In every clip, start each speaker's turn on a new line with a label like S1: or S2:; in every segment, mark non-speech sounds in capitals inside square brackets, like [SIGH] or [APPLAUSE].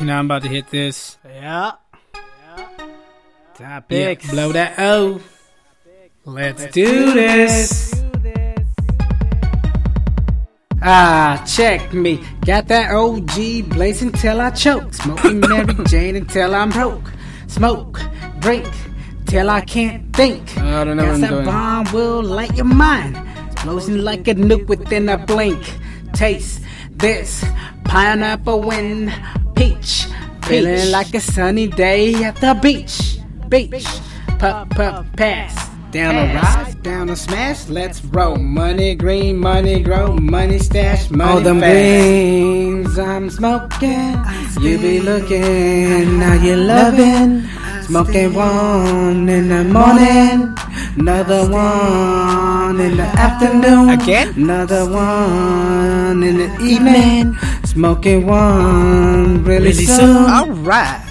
S1: Now I'm about to hit this.
S2: Yeah.
S1: Yeah,
S2: Topics.
S1: blow that O. Let's do this. Ah, check me. Got that OG blaze until I choke. [LAUGHS] Smoking Mary Jane until I'm broke. Smoke, drink, till I can't think. I don't know what I'm
S2: Guess
S1: doing.
S2: that bomb will light your mind. Explosion like a nuke within a blink. Taste this pineapple wind peach.
S1: Feeling
S2: Feeling
S1: like
S2: like a sunny day at the beach. Beach. Pup, pup, pass.
S1: Down a rise, down a smash, let's roll. Money green, money grow, money stash, money
S2: All them
S1: fast.
S2: greens I'm smoking. You be looking, now you loving. Smoking one in the morning, another one in the afternoon,
S1: Again?
S2: another one in the evening. Smoking one really, soon.
S1: right.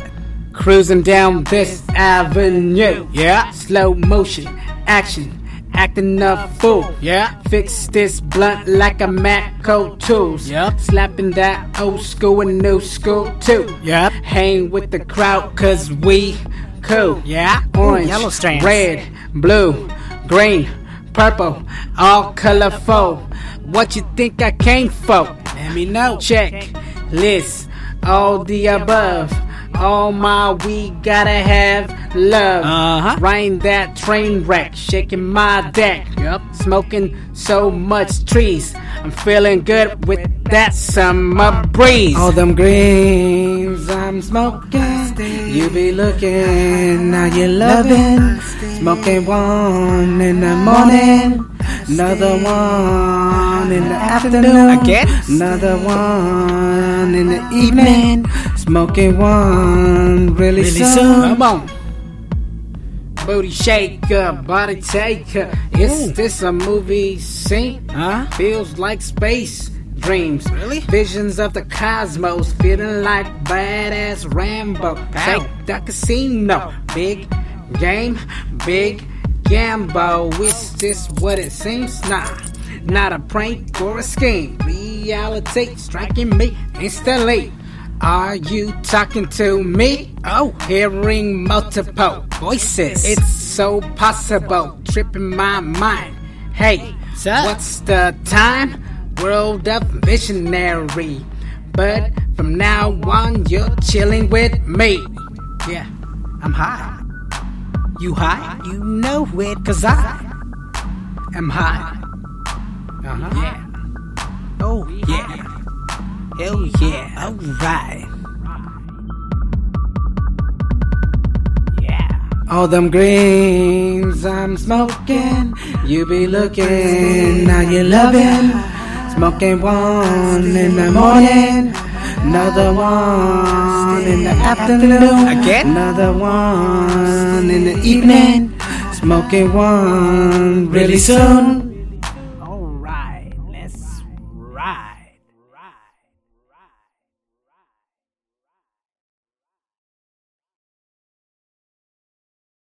S2: Cruising down this avenue.
S1: Yeah.
S2: Slow motion, action, acting a fool.
S1: Yeah.
S2: Fix this blunt like a Macco tools.
S1: Yep.
S2: Slapping that old school and new school too.
S1: Yep.
S2: Hang with the crowd cause we cool.
S1: Yeah.
S2: Orange,
S1: yellow strands.
S2: red, blue, green, purple, all colorful. What you think I came for?
S1: Let me know.
S2: Check list, all the above. All my we gotta have love.
S1: Uh-huh.
S2: Riding that train wreck, shaking my deck.
S1: Yep.
S2: Smoking so much trees. I'm feeling good with that summer breeze.
S1: All them greens I'm smoking. You be looking, now you loving. Smoking one in the morning, another one in the afternoon.
S2: Again?
S1: Another one in the evening. Smoking one really, soon.
S2: Come on. Booty shaker, body taker. Is
S1: Ooh.
S2: this a movie scene?
S1: Huh?
S2: Feels like space dreams.
S1: Really?
S2: Visions of the cosmos. Feeling like badass Rambo. Take the casino. Big game, big gambo. Is this what it seems? Nah. Not a prank or a scheme. Reality striking me instantly. Are you talking to me? Oh, hearing multiple voices. It's so possible, tripping my mind. Hey,
S1: What's up?
S2: what's the time? World of visionary. But from now on, you're chilling with me. Yeah, I'm high. You high? You know it, cause I am high. Uh-huh. Yeah. Oh, yeah. Hell yeah. Alright. Yeah.
S1: All them greens I'm smoking. You be looking, now you loving. Smoking one in the morning, another one in the afternoon.
S2: Again?
S1: Another one in the evening. Smoking one really soon.
S2: Alright, let's ride.